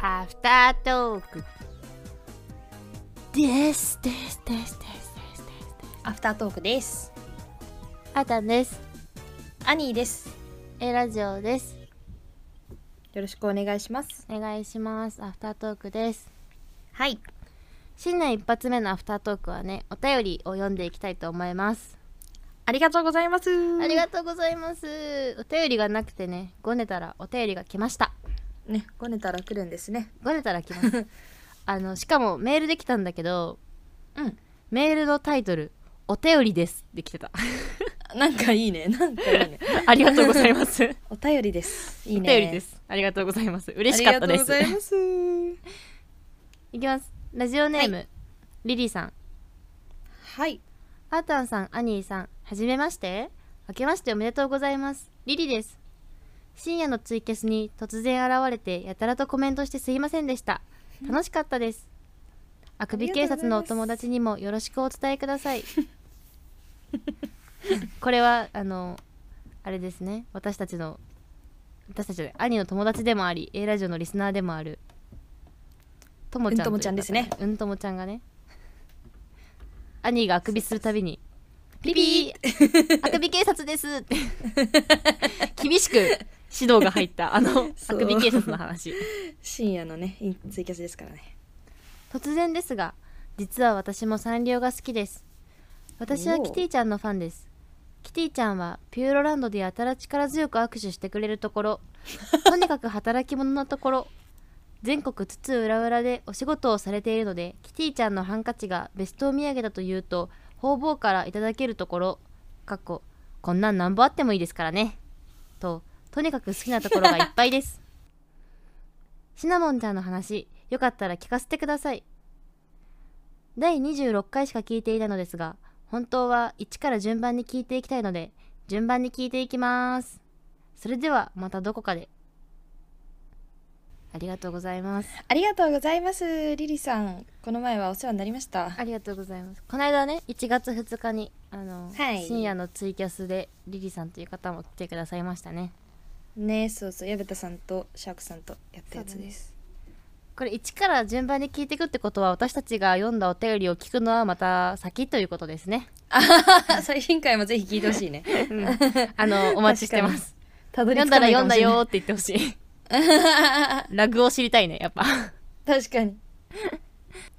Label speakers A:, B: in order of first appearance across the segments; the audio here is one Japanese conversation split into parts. A: アフタートークですですですですですです
B: アフタートークです。
A: あたんです
B: アニーです。
A: えラジオです
B: よろしくお願いします。
A: お願いしますアフタートークです
B: はい。
A: 新年一発目のアフタートークはねお便りを読んでいきたいと思います
B: ありがとうございます。
A: ありがとうございますお便りがなくてねごねたらお便りが来ました
B: ね、ごねたら来るんですね。
A: ごねたら来ます あのしかもメールできたんだけど
B: うん。
A: メールのタイトルお便りですできてた
B: なんかいいね。なんかいいね。
A: ありがとうございます
B: お便りです。いい
A: お
B: ね。
A: 便りで。す。ありがとうございます。嬉しかったです。
B: あ
A: い
B: りがとうございます。
A: きます。ラジオネーム、リリーさん、
B: はい。
A: アータンさん、アニーさん、はじめまして。明けましておめでとうございます。リリです。深夜のツイキャスに突然現れてやたらとコメントしてすいませんでした。楽しかったです。あくび警察のお友達にもよろしくお伝えくださ い。これはあのあれですね。私たちの私たちの兄の友達でもあり、A ラジオのリスナーでもあるともちゃん
B: うんともちゃんですね
A: という方うんともちゃんがね、兄があくびするたびにピピーあくび警察です って厳しく指導が入ったあのあ
B: そう
A: くび警察の話。
B: 深夜のね、インツイキャスですからね。
A: 突然ですが実は私もサンリオが好きです私は
B: おお
A: キティちゃんのファンですキティちゃんはピューロランドでやたら力強く握手してくれるところとにかく働き者のところ全国津々浦々でお仕事をされているのでキティちゃんのハンカチがベストお土産だというと方々からいただけるところかっここんなんなんぼあってもいいですからねととにかく好きなところがいっぱいですシナモンちゃんの話よかったら聞かせてください第26回しか聞いていたのですが本当は1から順番に聞いていきたいので順番に聞いていきますそれではまたどこかでありがとうございます
B: ありがとうございます。リリさん。この前はお世話になりました。
A: ありがとうございますこの間ね1月2日にあの、
B: はい
A: 深夜のツイキャスでリリさんという方も来てくださいましたね
B: ね、そうそう。矢部田さんとシャークさんとやったやつです。
A: これ1から順番に聞いていくってことは私たちが読んだお便りを聞くのはまた先ということですね、
B: 最新回もぜひ聞いてほしいね。
A: あのお待ちしてます
B: たどり
A: 読
B: 着
A: んだら
B: かな
A: 読
B: いか
A: ん
B: も
A: だ
B: しれない
A: よーって言ってほしいラグを知りたいねやっぱ っ
B: 確かに。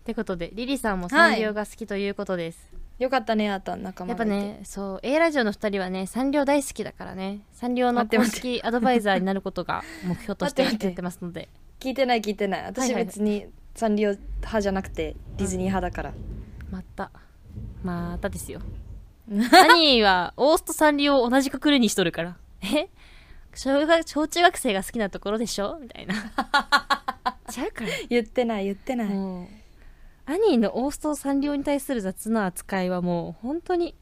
A: てことでリリさんもサンリオが好きということです、
B: よかったね、あと仲
A: や
B: 間
A: っぱ
B: がいて。
A: ねそう A ラジオの2人はねサンリオ大好きだからねサンリオの
B: 待って
A: 公
B: 待って
A: 式アドバイザーになることが目標として や
B: 待って待って
A: ってますので
B: 聞いてない聞いてない
A: はい
B: 私
A: はい
B: 別にサンリオ派じゃなくてディズニー派だから、
A: またまた ですよ 兄はオースとサンリオを同じくくりにしとるからえ小学小中学生が好きなところでしょみたいな ちゃうから
B: 言ってない言ってない、
A: もう兄のオースとサンリオに対する雑な扱いはもう本当に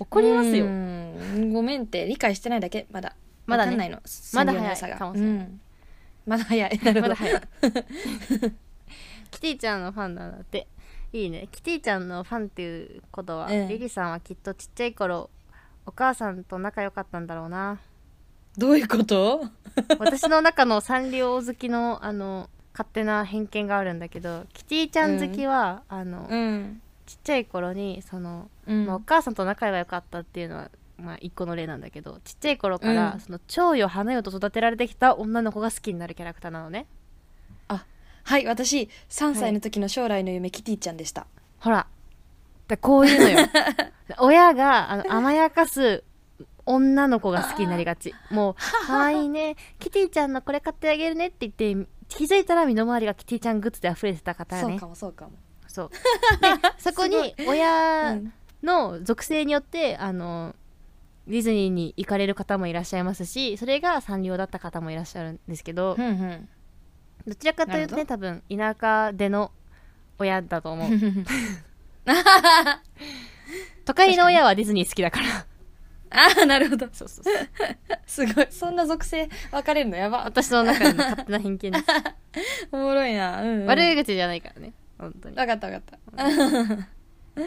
A: 怒りますよ
B: うんごめんって理解してないだけまだ
A: まだね
B: わかんないの
A: ま
B: ま
A: だ
B: だ
A: 早い
B: 早い
A: か
B: か
A: もしれな
B: もしれないい、うんまだ早いなるほ
A: ま
B: ど
A: だ早いキティちゃんのファンなんだっていいねキティちゃんのファンっていうことは、
B: うん
A: リリさんはきっとちっちゃい頃お母さんと仲良かったんだろうな
B: どういうこと
A: 私の中のサンリオ好きのあの勝手な偏見があるんだけどキティちゃん好きは、あの
B: うん、
A: ちっちゃい頃にその、
B: うん
A: まあお母さんと仲が良かったっていうのはまあ一個の例なんだけどちっちゃい頃から、
B: うん
A: その蝶よ花よと育てられてきた女の子が好きになるキャラクターなのね
B: はい私3歳の時の将来の夢、キティちゃんでした
A: ほら。だこういう のよ。親があの甘やかす女の子が好きになりがち。もう、可愛いね。キティちゃんのこれ買ってあげるねって言って、気づいたら身の回りがキティちゃんグッズで溢れてた方
B: そう
A: ね
B: か。もそうかも
A: そう。で、そこ に親の属性によって、あの、ディズニーに行かれる方もいらっしゃいますし、それがサンリオだった方もいらっしゃるんですけど、
B: んうん
A: どちらかというとね、多分、田舎での親だと思う。都会の親はディズニー好きだから。
B: ああなるほど
A: そうそうそう。
B: すごいそんな属性分かれるのやば
A: 私の中の勝手な偏見です。
B: おもろいな、うんう ん、
A: 悪
B: い
A: い口じゃないからね。本当に。い
B: 分かった分かった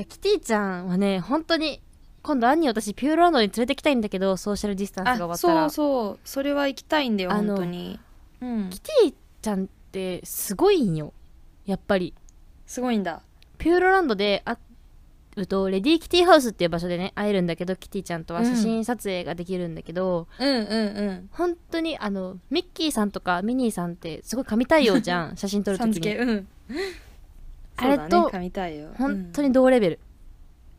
A: やキティちゃんはね、本当に、今度兄を私ピューロランドに連れてきたいんだけど、ソーシャルディスタンスが終わったら。
B: そうそうそれは行きたいんだよ
A: あ
B: 本
A: の
B: 当にうん
A: キティちゃんってすごいんよやっぱり
B: すごいんだ
A: ピューロランドであうとレディーキティハウスっていう場所でね会えるんだけどキティちゃんとは写真撮影ができるんだけど、
B: うんうん
A: 本当にあのミッキーさんとかミニーさんってすごい神対応じゃん写真
B: う
A: 撮
B: ん
A: る
B: さ
A: と
B: ん
A: き
B: 付け
A: に
B: うん
A: あれ
B: そうだね
A: と
B: 噛みたいよ
A: 本当
B: うん
A: に同レベル、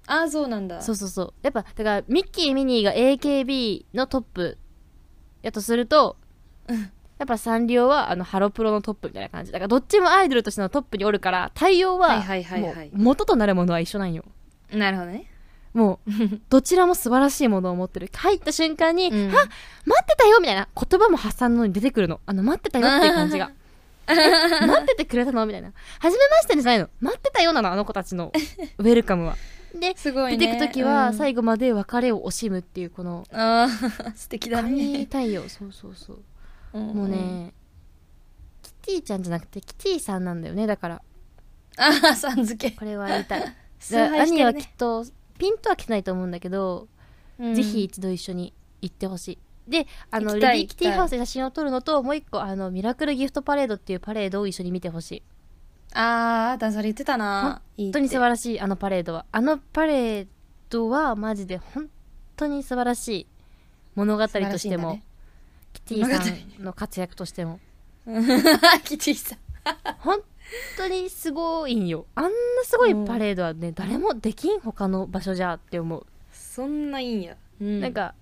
B: ああそうなんだ
A: そうそうそうやっぱだからミッキーミニーが AKB のトップやとすると
B: うん
A: やっぱサンリオはあのハロプロのトップみたいな感じだからどっちもアイドルとしてのトップにおるから対応
B: はい
A: は
B: はいはい
A: もう
B: はい
A: 元となるものは一緒なんよ
B: なるほどね
A: もうどちらも素晴らしいものを持ってる入った瞬間に「
B: うん
A: あ 待ってたよ」みたいな言葉も発散のに出てくるのあの待ってたよっていう感じがえ待っててくれたのみたいな初めましてじゃないの待ってたよなのあの子たち のウェルカムはです
B: ごい
A: 出
B: ね
A: てく時は
B: うん
A: 最後まで別れを惜しむっていうこの
B: ああ 素敵だ
A: 神
B: ね
A: 太陽そうそうそうも
B: も
A: うねキティちゃんじゃなくてキティさんなんだよねだから
B: ああさん付け
A: これは言いたい
B: 崇
A: だから
B: 拝して
A: 兄
B: る
A: は
B: ね
A: きっとピンとは来てないと思うんだけど
B: うん
A: ぜひ一度一緒に行ってほしい。で、あの、レデ
B: 行きた
A: ィ
B: い
A: ーキティハウスで写真を撮るのと、もう一個、あの、ミラクルギフトパレードっていうパレードを一緒に見てほしい。
B: ああだそれ言ってたな
A: 本当に素晴
B: ら
A: らしい、あのパレードは。あのパレードは、マジで本当に素晴らしい。物語としても、キティさ
B: 物語
A: んの活躍としても。
B: キティさん
A: 本当にすごいんよ。あんなすごいパレードはね、誰もできん、他の場所じゃって思う。
B: そんないいんや、うん
A: なんか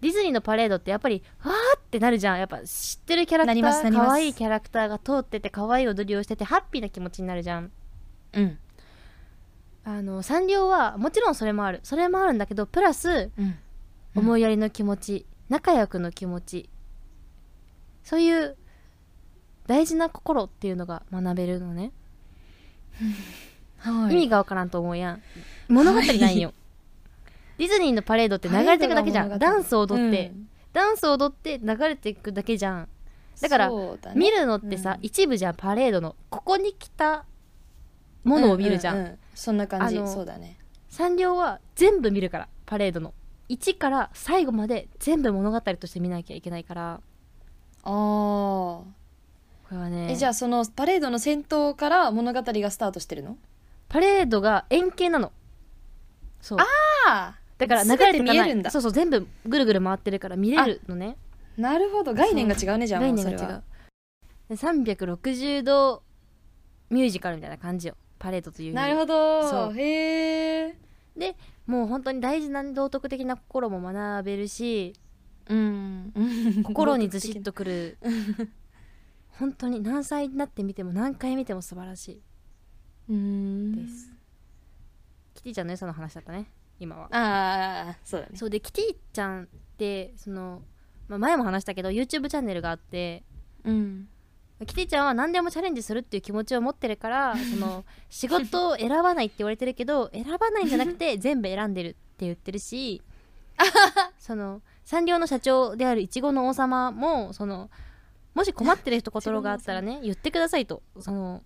A: ディズニーのパレードってやっぱりわーってなるじゃんやっぱ知ってるキャラクタ
B: なりますな
A: ー
B: ります
A: 可愛いキャラクターが通ってて可愛い踊りをしててハッピーな気持ちになるじゃん
B: うん
A: あのサンリオはもちろんそれもあるそれもあるんだけどプラス
B: うん
A: 思いやりの気持ち、仲良くの気持ちそういう大事な心っていうのが学べるのね、
B: はい
A: 意味がわからんと思うやん物語ないよ、ディズニーのパレードって流れていくだけじゃ
B: パレ
A: ん
B: ードの
A: ダ
B: 物語
A: ンスを踊って、
B: うん
A: ダンスを踊って流れていくだけじゃんだから
B: そうだね
A: 見るのってさ、
B: うん
A: 一部じゃんパレードのここに来たものを見るじゃん,、
B: うううそんな感じ
A: あの
B: そうだね
A: サンリオは全部見るからパレードの1から最後まで全部物語として見なきゃいけないから
B: あ
A: これはね
B: あじゃあそのパレードの先頭から物語がスタートしてるの
A: パレードが円形なのそう
B: あ
A: だから流れていかない
B: 見えるんだ
A: そうそう全部ぐるぐる回ってるから見れるのね
B: なるほど概念が違うねじゃあ
A: 概
B: もう
A: 念
B: そ
A: が
B: れ
A: 違
B: は
A: うで360度ミュージカルみたいな感じよパレードという
B: なるほど
A: そう
B: へえ
A: でもう本当に大事な道徳的な心も学べるし
B: うん
A: 心にずし っとくる 本当に何歳になってみても何回見ても素晴らし
B: うん
A: いです、キティちゃんの良さの話だったね今は
B: ああそうだね
A: そうでキティちゃんってその、まあ、前も話したけど YouTube チャンネルがあって
B: うん
A: キティちゃんは何でもチャレンジするっていう気持ちを持ってるから その仕事を選ばないって言われてるけど選ばないんじゃなく て全部選んでるって言ってるしそのサンリオの社長であるいちごの王様もそのもし困ってるところがあったらね言ってくださいとその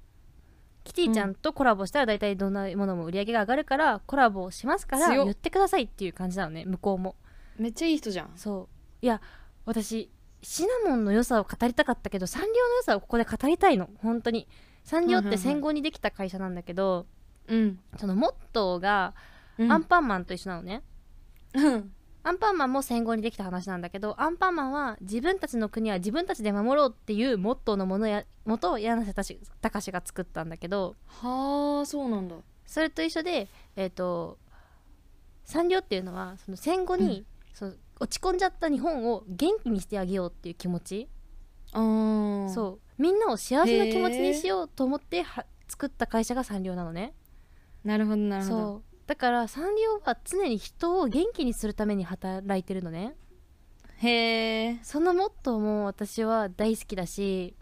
A: キティちゃんとコラボしたら大体どんなものも売り上げが上がるからコラボしますから
B: 強っ
A: 言ってくださいっていう感じなのね向こうも
B: めっちゃいい人じゃん
A: そういや私シナモンの良さを語りたかったけどサンリオの良さをここで語りたいの本当にサンリオっ
B: はい
A: て
B: はいはい
A: 戦後にできた会社なんだけど、
B: うん
A: そのモットーが
B: うん
A: アンパンマンと一緒なのね、
B: うん
A: アンパンマンも戦後にできた話なんだけどアンパンマンは自分たちの国は自分たちで守ろうっていうモットーのものや元を柳瀬たし隆史が作ったんだけど
B: はあそうなんだ
A: それと一緒でえっ、とサンリオっていうのはその戦後に、その落ち込んじゃった日本を元気にしてあげようっていう気持ち、
B: あー
A: そうみんなを幸せな気持ちにしようと思っては作った会社がサンリオなのね
B: なるほどなるほど
A: そうだからサンリオは常に人を元気にするために働いてるのね
B: へえ
A: そのモットーも私は大好きだし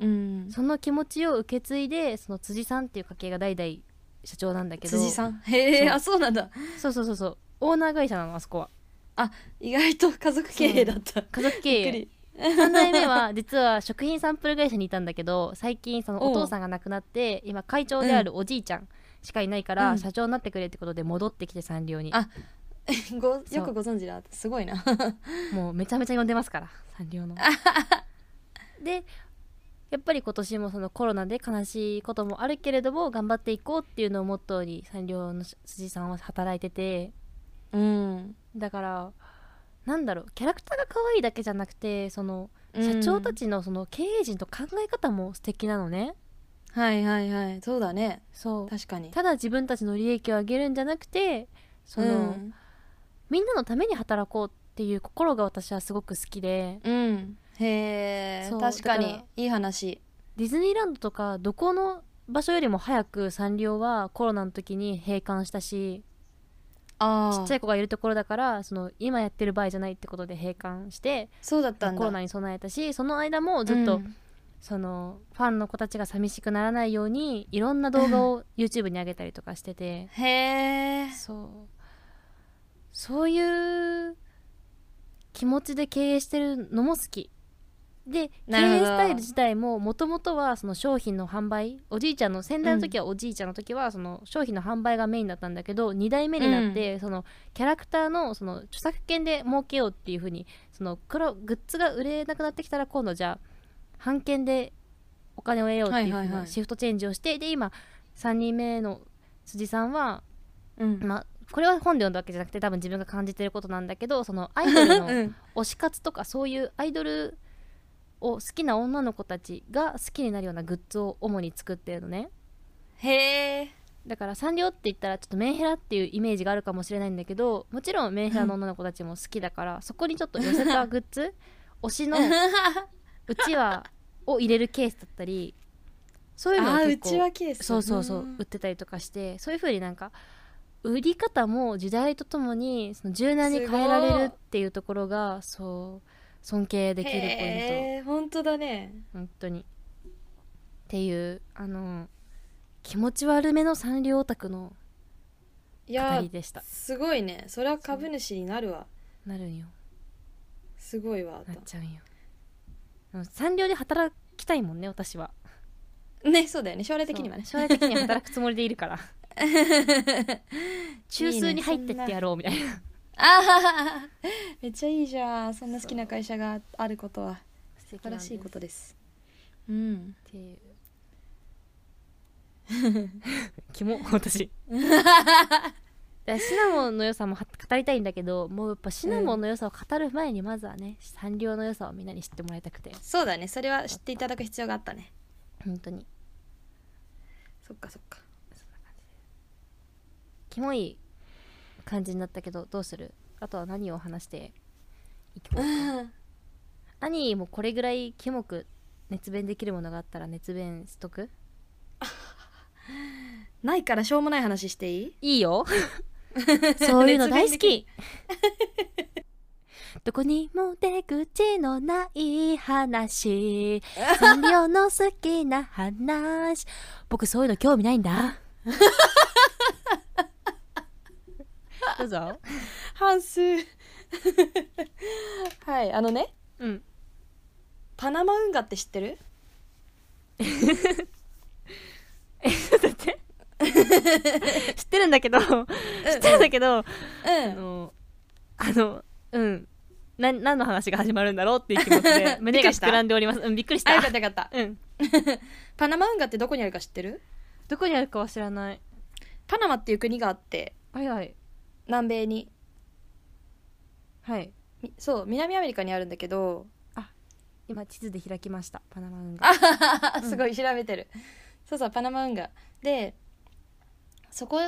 B: うん
A: その気持ちを受け継いでその辻さんっていう家系が代々社長なんだけど
B: 辻さんへえ
A: そう
B: あそうなんだ
A: そうそうそうそうオーナー会社なのあそこは
B: 意外と家族経営だった
A: 家族経
B: びっく
A: 営
B: り
A: 3代目は実は食品サンプル会社にいたんだけど最近その
B: おう
A: お父さんが亡くなって今会長であるおじいちゃんしかいないか
B: う
A: ら
B: ん
A: 社長になってくれってことで戻ってきてサンリオに
B: あご
A: そう
B: よくご存知だすごいな
A: もうめちゃめちゃ呼んでますからサンリオのでやっぱり今年もそのコロナで悲しいこともあるけれども頑張っていこうっていうのをモットーに三両の辻さんは働いてて
B: うん
A: だからなんだろうキャラクターが可愛いだけじゃなくてその社長たちのその経営陣と考え方も素敵なのね、
B: はいはいはいそうだね
A: そう
B: 確かに
A: ただ自分たちの利益を上げるんじゃなくてその、
B: うん
A: みんなのために働こうっていう心が私はすごく好きで
B: うんへえ
A: そう
B: 確か
A: だか
B: に
A: ら
B: いい話
A: ディズニーランドとかどこの場所よりも早くサンリオはコロナの時に閉館したし
B: ああ
A: ちっちゃい子がいるところだからその今やってる場合じゃないってことで閉館して
B: そうだったんだ
A: コロナに備えたしその間もずっと、
B: うん
A: そのファンの子たちが寂しくならないようにいろんな動画 を YouTube に上げたりとかしてて
B: へえ
A: そうそういう気持ちで経営してるのも好きで経
B: なる
A: 営
B: ほど
A: スタイル自体ももともとはその商品の販売おじいちゃんの先代の時はおじいちゃんの時はその商品の販売がメインだったんだけど、2代目になってそのキャラクターのその著作権で儲けようっていう風にその黒グッズが売れなくなってきたら今度じゃあ版権でお金を得ようっていう
B: は
A: 風
B: いはいは
A: ないシフトチェンジをして、で今3人目の辻さんは
B: うん
A: まあこれは本で読んだわけじゃなくて多分自分が感じてることなんだけどそのアイドルの
B: うん
A: 推し活とかそういうアイドルを好きな女の子たちが好きになるようなグッズを主に作ってるのね
B: へ え
A: だからサンリオって言ったらちょっとメンヘラっていうイメージがあるかもしれないんだけどもちろんメンヘラの女の子たちも好きだからそこにちょっと寄せたグッズ推しのうちわを入れるケースだったりそういうの
B: あ
A: は
B: あう
A: 結構
B: ちわケース
A: そうそうそう、
B: ん
A: 売ってたりとかしてそういう風になんか売り方も時代とともにその柔軟に変えられるっていうところがそう尊敬できるポイン
B: へえ本当だね
A: ト本当にっていうあの気持ち悪めのサンリオオタクの
B: い
A: 語
B: や
A: りでした
B: すごいねそれは株主になるわ
A: なるんよ
B: すごいわあ
A: なっ
B: と
A: ちゃうんよあのサンリオで働きたいもんね私は
B: ねそうだよね将来的にはね
A: そう将来的には働くつもりでいるから中枢に入ってってやろうみたいな
B: ああ めっちゃいいじゃんそんな好きな会社があることは
A: 素
B: 素晴らしいことですうん
A: っていうキモ 私だからシナモンの良さもは語りたいんだけどもうやっぱシナモンの良さを語る前にまずはね、サンリオの良さをみんなに知ってもらいたくて
B: そうだねそれは知っていただく必要があったね
A: 本当に
B: そっか そっか
A: キモい感じになったけどどうするあとは何を話していきま 兄もこれぐらいキモく熱弁できるものがあったら熱弁しとく
B: ないからしょうもない話してい
A: い
B: い
A: い よそういうの大好き どこにも出口のない 話サンリオの好きな話僕そういうの興味ないんだ どうぞ
B: 半数 はいあのね
A: うん
B: パナマ運河って知ってる
A: 知ってるんだけど知ってるんだけど
B: う
A: あ
B: ん
A: のあのうんな何の話が始まるんだろうっていう気持ち で胸が膨らんでおりますうんびっくりし
B: あ
A: た
B: よかったよかった
A: うん
B: パナマ運河ってどこにあるか知ってる
A: どこにあるかは知らない
B: パナマっていう国があって
A: はいはい
B: 南米に
A: はい
B: みそう南アメリカにあるんだけど
A: 今地図で開きましたパナマ運河
B: あはははすごい調べてる、そうそうパナマ運河でそこ、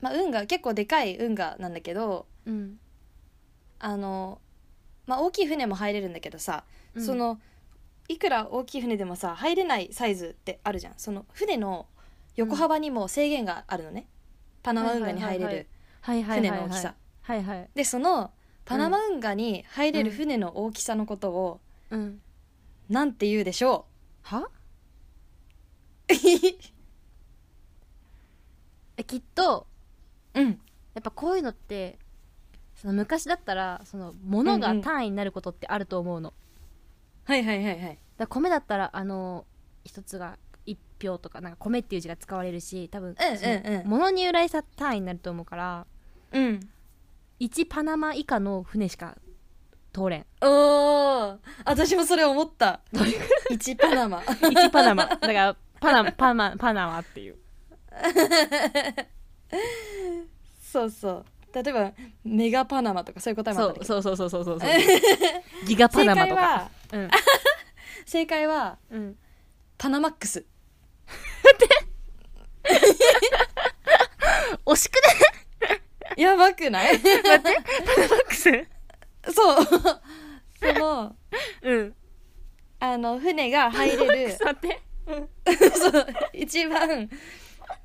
B: まあ、運河結構でかい運河なんだけど
A: うん、
B: あの、まあ、大きい船も入れるんだけどさ、そのいくら大きい船でもさ入れないサイズってあるじゃんその船の横幅にも制限があるのね、パナマ運河に入れる
A: はいはいはい
B: 船
A: はい
B: の大きさ
A: はいはい
B: でそのパナマ運河に入れる船の大きさのことを
A: うん
B: なんて言うでしょ
A: は
B: う
A: えきっと
B: うん
A: やっぱこういうのってその昔だったらその物
B: う
A: が
B: んうん
A: 単位になることってあると思うの、
B: はいはいはい
A: だ
B: はい
A: から米だったらあの一つが一票とかなんか米っていう字が使われるし多分、
B: うんうんう
A: そ
B: ん
A: の物に由来さ単位になると思うから
B: うん
A: 1パナマ以下の船しか通れん
B: おー私もそれ思 った
A: どれく
B: 1パナマ
A: 1パナマだからパナパナパナマっていう
B: そうそう例えばメガパナマとかそういう答えもあ
A: そ
B: ったん
A: う
B: だけど
A: そうそうそうそう そうギガパナマとかうん
B: 正解は正解は
A: うん
B: パナマックス
A: 惜しく
B: やばくない
A: ない待ってパナマックス
B: そうその
A: うん
B: あの船が入れ
A: ち
B: る
A: ょっと待って
B: そう一番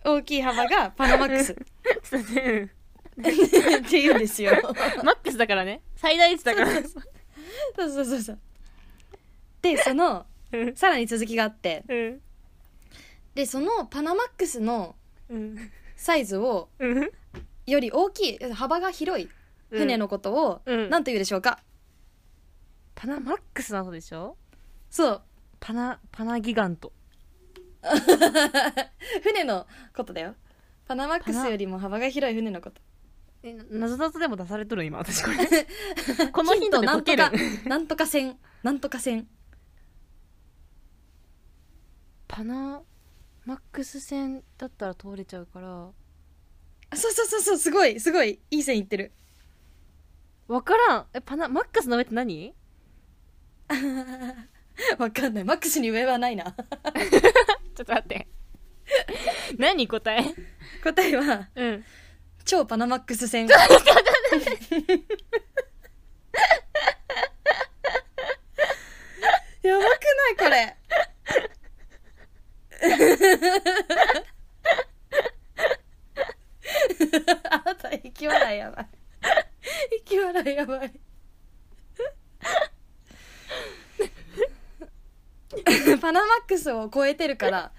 B: 大きい幅がパナマックスっ
A: ちょっと待って
B: ていうんですよ
A: うんマックスだからね最大値だから
B: そうそうそうそうでその
A: うん
B: さらに続きがあって
A: うん
B: でそのパナマックスの
A: うん
B: サイズを
A: うん
B: より大きい幅が広い船のことを
A: うん
B: 何と言うでしょうか、
A: パナマックスなのでしょ
B: そう
A: パナパナギガント
B: 船のことだよパナマックスよりも幅が広い船のこと
A: えなぞなぞでも出されとる今私これ このヒントで
B: な
A: 解
B: んと
A: ける
B: かなんとか船なんとか船
A: パナマックス線だったら通れちゃうから
B: あそうそうそうそうすごいすごいいい線いってる
A: わからんえパナマックスの上って何
B: わかんないマックスに上はないな
A: ちょっと待って 何答え
B: 答えは
A: うん
B: 超パナマックス 船やばくないこれあなた息笑いやばい息笑いやばいパナマックスを超えてるから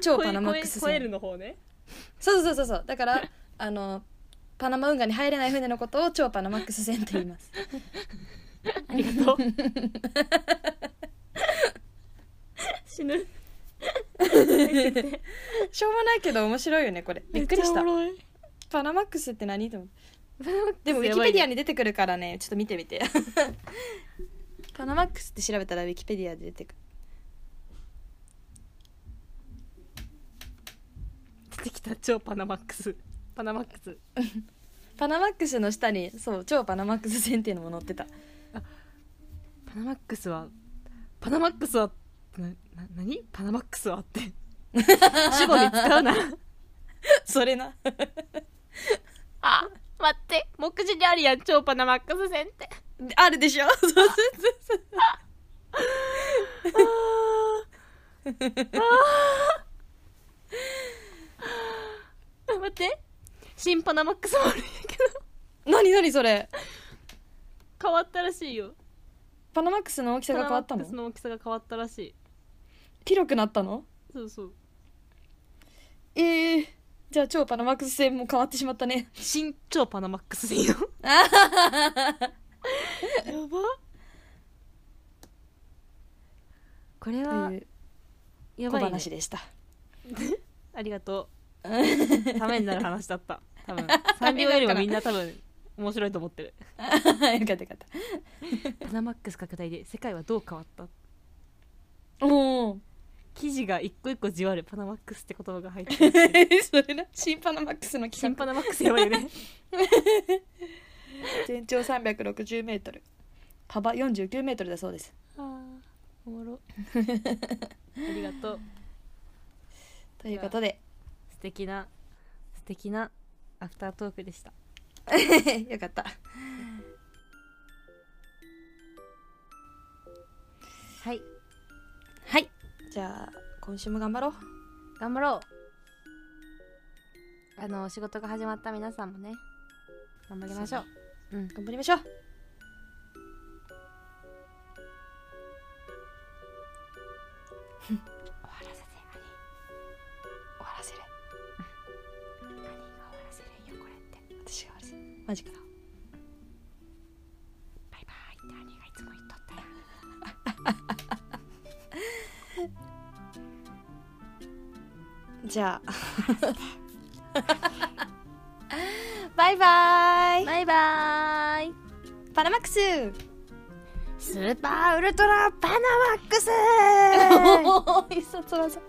B: 超パナマックス船
A: の方ね
B: そうそうそうそうだからあのパナマ運河に入れない船のことを超パナマックス船と言い ます
A: ありがと う死ぬ
B: しょうもないけど面白いよねこれびっくりした
A: めっち
B: パナマックスって何と思って
A: ゃおもろい
B: でもウィキペディア
A: に
B: に出てくるからねちょっと見てみて パナマックスって調べたらウィキペディアで出てくる
A: 出てきた超パナマックスパナマックス
B: パナマックスの下にそう超パナマックス船っていうのも載 ってた
A: パナマックスはパナマックスはなな何パナマックスはって 主語に使うな
B: それな
A: あ待って目次にあるやん超パナマックス線って
B: あるでしょ そうそうそう
A: あ待って新パナマックスもあるんやけど
B: 何何それ
A: 変わったらしいよ
B: パナマックスの大きさが変わった
A: パナマック
B: の
A: スの大きさが変わったらしい
B: 広くなったの
A: そうそう
B: えー、じゃあ超パナマックス船も変わってしまったね
A: 新超パナマックス 線よやばこれは
B: という
A: や
B: 小
A: ばい、ね
B: 話、で した。
A: ありがとうためになる話だった多 分サンリオよりもみんな多分面白いと思ってる
B: よかったよかった。
A: パナマックス拡大で世界はどう変わった
B: おお。
A: 記事が一個一個じわるパナマックスって言葉が入ってる
B: それな、新パナマックスの
A: 新
B: 企
A: パナマックスやばいよね
B: 画。全長360メートル。幅49メートルだそうです。
A: あーおもろありがとう
B: ということで、
A: 素敵な素敵なアフタートークでした
B: よかった。
A: はい
B: はい。じゃあ、今週も頑張ろう。
A: 頑張ろうあの仕事が始まった皆さんもね頑張りましょううん
B: 頑張りましょう。
A: 終わらせて
B: 終わらせる。
A: 兄兄が終わらせるよこれって
B: 私が終わらせる。マジかな。
A: バイバイって兄がいつも言っとったよ
B: じ ゃあ。バイバーイ。
A: バイバーイ
B: パナマックス。
C: スーパーウルトラバナマックス
A: おーいさつらさ